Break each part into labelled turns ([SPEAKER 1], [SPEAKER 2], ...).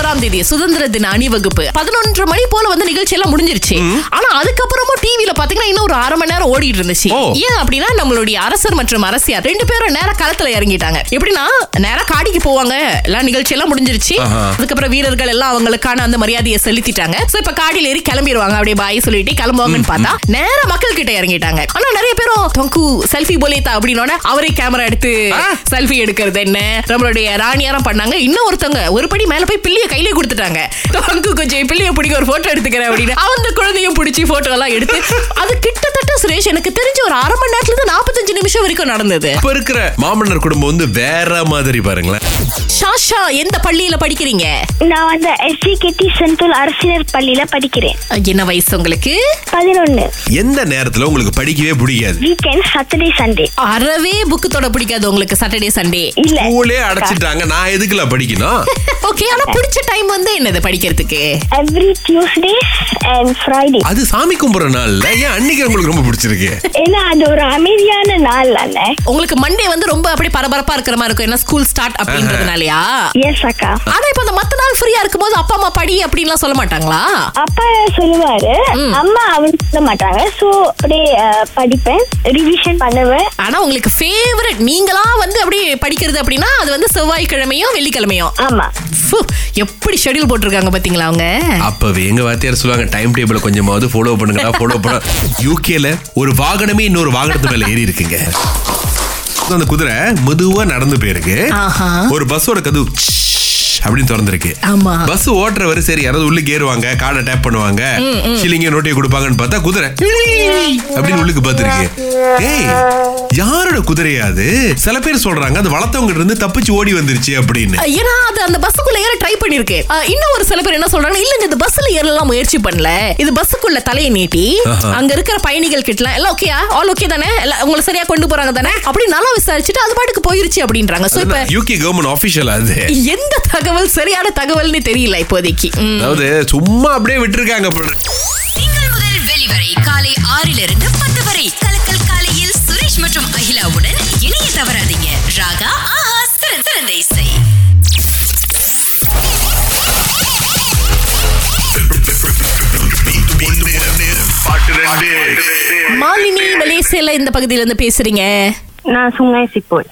[SPEAKER 1] ஆறாம் தேதி சுதந்திர தின அணிவகுப்பு பதினொன்று மணி போல வந்து நிகழ்ச்சி எல்லாம் முடிஞ்சிருச்சு ஆனா அதுக்கப்புறமும் டிவில பாத்தீங்கன்னா இன்னும் ஒரு அரை மணி நேரம் ஓடிட்டு இருந்துச்சு
[SPEAKER 2] ஓ.
[SPEAKER 1] ஏன் அப்படின்னா நம்மளுடைய அரசர் மற்றும் அரசியார் ரெண்டு பேரும் நேர களத்துல இறங்கிட்டாங்க எப்படின்னா நேர காடிக்கு போவாங்க எல்லாம் நிகழ்ச்சி எல்லாம் முடிஞ்சிருச்சு அதுக்கப்புறம் வீரர்கள் எல்லாம் அவங்களுக்கான அந்த மரியாதையை செலுத்திட்டாங்க சோ இப்ப காடியில ஏறி கிளம்பிடுவாங்க அப்படியே பாய் சொல்லிட்டு கிளம்புவாங்கன்னு பார்த்தா நேர மக்கள் கிட்ட இறங்கிட்டாங்க ஆனா நிறைய பேரும் தொங்கு செல்ஃபி போலேதா அப்படின்னோட அவரே கேமரா எடுத்து
[SPEAKER 2] ஆ.
[SPEAKER 1] செல்ஃபி எடுக்கிறது என்ன நம்மளுடைய ராணியாரம் பண்ணாங்க இன்னும் ஒருத்தவங்க ஒரு படி மேல போய் பிள்ளைய கையில கொடுத்துட்டாங்க தொங்கு கொஞ்சம் பிள்ளைய பிடிக்க ஒரு போட்டோ எடுத்துக்கிறேன் அப்படின்னு அந்த குழந்தையும் பிடிச்சி போட்டோ எல்லாம் எடுத்து அது கிட்டத்தட்ட சுரேஷ் எனக்கு தெரிஞ்ச ஒரு அரை மணி நேரத்துல இருந்து நாற்பத்தஞ்சு நிமிஷம் வரைக்கும் நடந்தது
[SPEAKER 2] இப்ப இருக்கிற மாமன்னர் குடும்பம் வந்து வேற மாதிரி பாருங்களேன்
[SPEAKER 1] ஷாஷா எந்த பள்ளியில படிக்கிறீங்க
[SPEAKER 3] நான் வந்து எஸ்டி கெட்டி சென்ட்ரல் அரசினர் பள்ளியில படிக்கிறேன்
[SPEAKER 1] என்ன வயசு உங்களுக்கு
[SPEAKER 3] பதினொன்னு
[SPEAKER 2] எந்த நேரத்துல உங்களுக்கு படிக்கவே பிடிக்காது
[SPEAKER 3] வீக்கெண்ட் சாட்டர்டே சண்டே
[SPEAKER 1] அறவே புக்கு தொட பிடிக்காது உங்களுக்கு சாட்டர்டே சண்டே
[SPEAKER 3] இல்ல
[SPEAKER 2] ஸ்கூலே அடைச்சிட்டாங்க நான் எதுக்குல படிக்கணும்
[SPEAKER 1] ஓகே ஆனா பிடிச்ச டைம் வந்து என்னது படிக்கிறதுக்கு
[SPEAKER 3] எவ்ரி டியூஸ்டே அண்ட் ஃப்ரைடே
[SPEAKER 2] அது சாமி கும்புற நாள்ல ஏன் அன்னைக்கு உங்களுக்கு ரொம்ப பிடிச்சிருக்கு
[SPEAKER 3] ஏன்னா அது ஒரு அமைதியான நாள் அண்ணே
[SPEAKER 1] உங்களுக்கு மண்டே வந்து ரொம்ப அப்படியே பரபரப்பா இருக்கிற மாதிரி இருக்கும் ஏன்னா ஸ்கூல் ஸ்டார்ட் அப்படின்றதுனாலயா
[SPEAKER 3] எஸ் அக்கா
[SPEAKER 1] ஆனா இப்ப அந்த மத்த நாள் ஃப்ரீயா இருக்கும்போது அப்பா அம்மா படி அப்படின்லாம் சொல்ல மாட்டாங்களா
[SPEAKER 3] அப்பா சொல்லுவாரு
[SPEAKER 1] ம்.
[SPEAKER 3] அம்மா அவங்க சொல்ல மாட்டாங்க சோ அப்படியே அஹ், படிப்பேன் ரிவிஷன் பண்ணுவேன்
[SPEAKER 1] ஆனா உங்களுக்கு ஃபேவரட் நீங்களா வந்து அப்படியே படிக்கிறது அப்படின்னா அது வந்து செவ்வாய்க்கிழமையும் வெள்ளிக்கிழமையும்
[SPEAKER 3] ஆமா
[SPEAKER 1] ஃபு, எப்படி ஷெட்யூல் போட்டிருக்காங்க பாத்தீங்களா அவங்க
[SPEAKER 2] அப்பவே எங்க வாத்தியார் சொல்லுவாங்க டைம் டேபிள கொஞ்சமாவது ஃபாலோ பண்ணுங்கடா ஃபாலோ பண்ண யூகேல ஒரு வாகனமே இன்னொரு வாகனத்து மேல ஏறி இருக்குங்க அந்த குதிரை மெதுவா நடந்து போயிருக்கு
[SPEAKER 1] ஆஹா.
[SPEAKER 2] ஒரு பஸ்ஸோட கதவு ஷ் அப்படின்னு திறந்திருக்கு
[SPEAKER 1] ஆமா.
[SPEAKER 2] பஸ் ஓட்டுறவரு சரி யாராவது உள்ளுக்கு ஏறுவாங்க காலை டேப் பண்ணுவாங்க சிலிங்க நோட்டியை கொடுப்பாங்கன்னு பார்த்தா குதிரை அப்படின்னு உள்ளுக்கு பார்த்திருக்கு ஏய் யாரோட குதிரையா அது சில பேர் சொல்றாங்க அது வளர்த்தவங்க இருந்து தப்பிச்சு ஓடி வந்துருச்சு அப்படின்னு
[SPEAKER 1] ஏன்னா அது அந்த பஸ்ஸுக்குள்ள ஏற ட்ரை பண்ணிருக்கு அஹ், இன்னும் ஒரு சில பேர் என்ன சொல்றாங்க இல்லங்க இது பஸ்ல ஏறலாம் முயற்சி பண்ணல இது பஸ்ஸுக்குள்ள தலையை நீட்டி
[SPEAKER 2] ஆஹா.
[SPEAKER 1] அங்க இருக்கிற பயணிகள் கிட்டலாம் எல்லாம் ஓகேயா ஆல் ஓகே தானே எல்லாம் உங்களை சரியா கொண்டு போறாங்க தானே அப்படி நல்லா விசாரிச்சுட்டு அது பாட்டுக்கு போயிருச்சு அப்படின்றாங்க சோ இப்ப
[SPEAKER 2] யூகே கவர்மெண்ட் ஆபீஷியல் அது
[SPEAKER 1] எந்த தகவல் சரியான தகவல்னு தெரியல இப்போதைக்கு ம்.
[SPEAKER 2] அதாவது சும்மா அப்படியே விட்டுருக்காங்க போல.
[SPEAKER 4] திங்கள் முதல் வெளிவரை காலை ஆறிலிருந்து பத்து வரை கலக்கல் காலையில் சுரேஷ் மற்றும் அகிலாவுடன் இணைய தவறாதீங்க ராகா ஆஹா சிறந்த சிறந்த இசை
[SPEAKER 1] மாலினி மலேசியால இந்த பகுதியில இருந்து பேசுறீங்க
[SPEAKER 5] நான் சுங்காய் சிப்போல்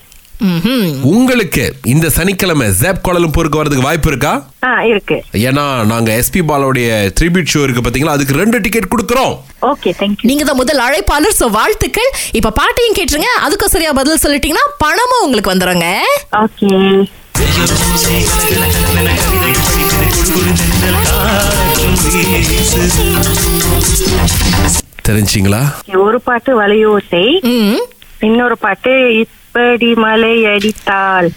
[SPEAKER 1] ம்ஹும்.
[SPEAKER 2] உங்களுக்கு இந்த சனிக்கிழமை ஜேப் கோலம்பூருக்கு வரதுக்கு வாய்ப்பு இருக்கா
[SPEAKER 5] ஆ இருக்கு
[SPEAKER 2] ஏன்னா நாங்க எஸ்பி பாலோடைய ட்ரிபியூட் ஷோ இருக்கு பாத்தீங்களா அதுக்கு ரெண்டு டிக்கெட் கொடுக்குறோம்
[SPEAKER 5] ஓகே தேங்க்யூ
[SPEAKER 1] நீங்க தான் முதல் அழைப்பாளர் சோ வாழ்த்துக்கள் இப்ப பாட்டையும் கேட்டுருங்க அதுக்கும் சரியா பதில் சொல்லிட்டீங்கன்னா பணமும் உங்களுக்கு வந்துருங்க
[SPEAKER 5] ஓகே
[SPEAKER 2] தெரிஞ்சுங்களா
[SPEAKER 5] ஒரு பாட்டு வலையோசை
[SPEAKER 1] ம்.
[SPEAKER 5] இன்னொரு பாட்டு இப்படி மலை அடித்தால்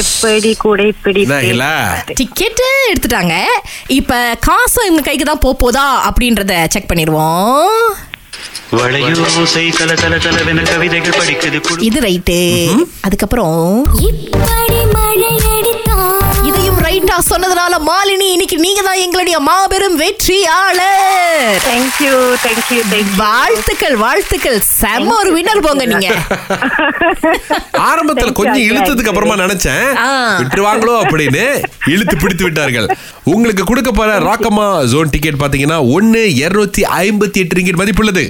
[SPEAKER 5] எப்படி கூடை
[SPEAKER 2] இல்ல.
[SPEAKER 5] பிடித்து
[SPEAKER 1] டிக்கெட் எடுத்துட்டாங்க இப்ப காசு இவங்க கைக்கு தான் போதா அப்படின்றத செக் பண்ணிடுவோம்
[SPEAKER 6] வளையோசை தல தல தலவென கவிதைகள் படிக்குது குழு
[SPEAKER 1] இது ரைட்டு அதுக்கப்புறம்
[SPEAKER 7] இப்படி மழையடித்தால்
[SPEAKER 1] இதையும் ரைட்டா சொன்னதுனால மாலினி இன்னைக்கு நீங்க தான் எங்களுடைய மாபெரும் வெற்றியாளர்
[SPEAKER 5] தேங்க்யூ தேங்க்யூ தேங்க்யூ
[SPEAKER 1] வாழ்த்துக்கள் வாழ்த்துக்கள் செம்ம ஒரு வின்னர் போங்க நீங்க
[SPEAKER 2] ஆரம்பத்துல கொஞ்சம்
[SPEAKER 5] Thank you,
[SPEAKER 2] இழுத்ததுக்கு அப்புறமா நினைச்சேன்
[SPEAKER 1] ஆ.
[SPEAKER 2] விட்டுருவாங்களோ அப்படின்னு இழுத்து பிடித்து விட்டார்கள் உங்களுக்கு கொடுக்க போற ராக்கமா ஜோன் டிக்கெட் பாத்தீங்கன்னா ஒன்னு இருநூத்தி ஐம்பத்தி எட்டு ரிங்கெட் மதிப்புள்ளது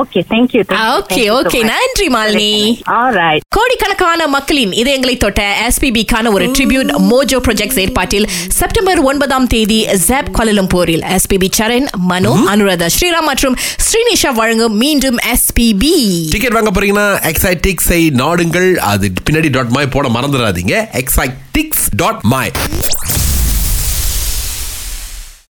[SPEAKER 5] ஓகே தேங்க்யூ
[SPEAKER 1] ஓகே ஓகே நன்றி மாலினி
[SPEAKER 5] ஆல்ரைட்
[SPEAKER 1] கோடிக்கணக்கான மக்களின் இதயங்களை தொட்ட எஸ்பிபிக்கான ஒரு ட்ரிபியூட் மோஜோ ப்ராஜெக்ட் ஏற்பாட்டில் செப்டம்பர் ஒன்பதாம் தேதி ஜாப் கோலலம்பூரில் எஸ்பிபி சரண் மனோ அனுராதா ஸ்ரீராம் மற்றும் ஸ்ரீனிஷா வழங்கும் மீண்டும் எஸ்பிபி
[SPEAKER 2] டிக்கெட் வாங்க போறீங்கன்னா எக்ஸைடிக்ஸை நாடுங்கள் அது பின்னாடி டாட் மாய் போட மறந்துடாதீங்க எக்ஸைடிக்ஸ் டாட் மாய்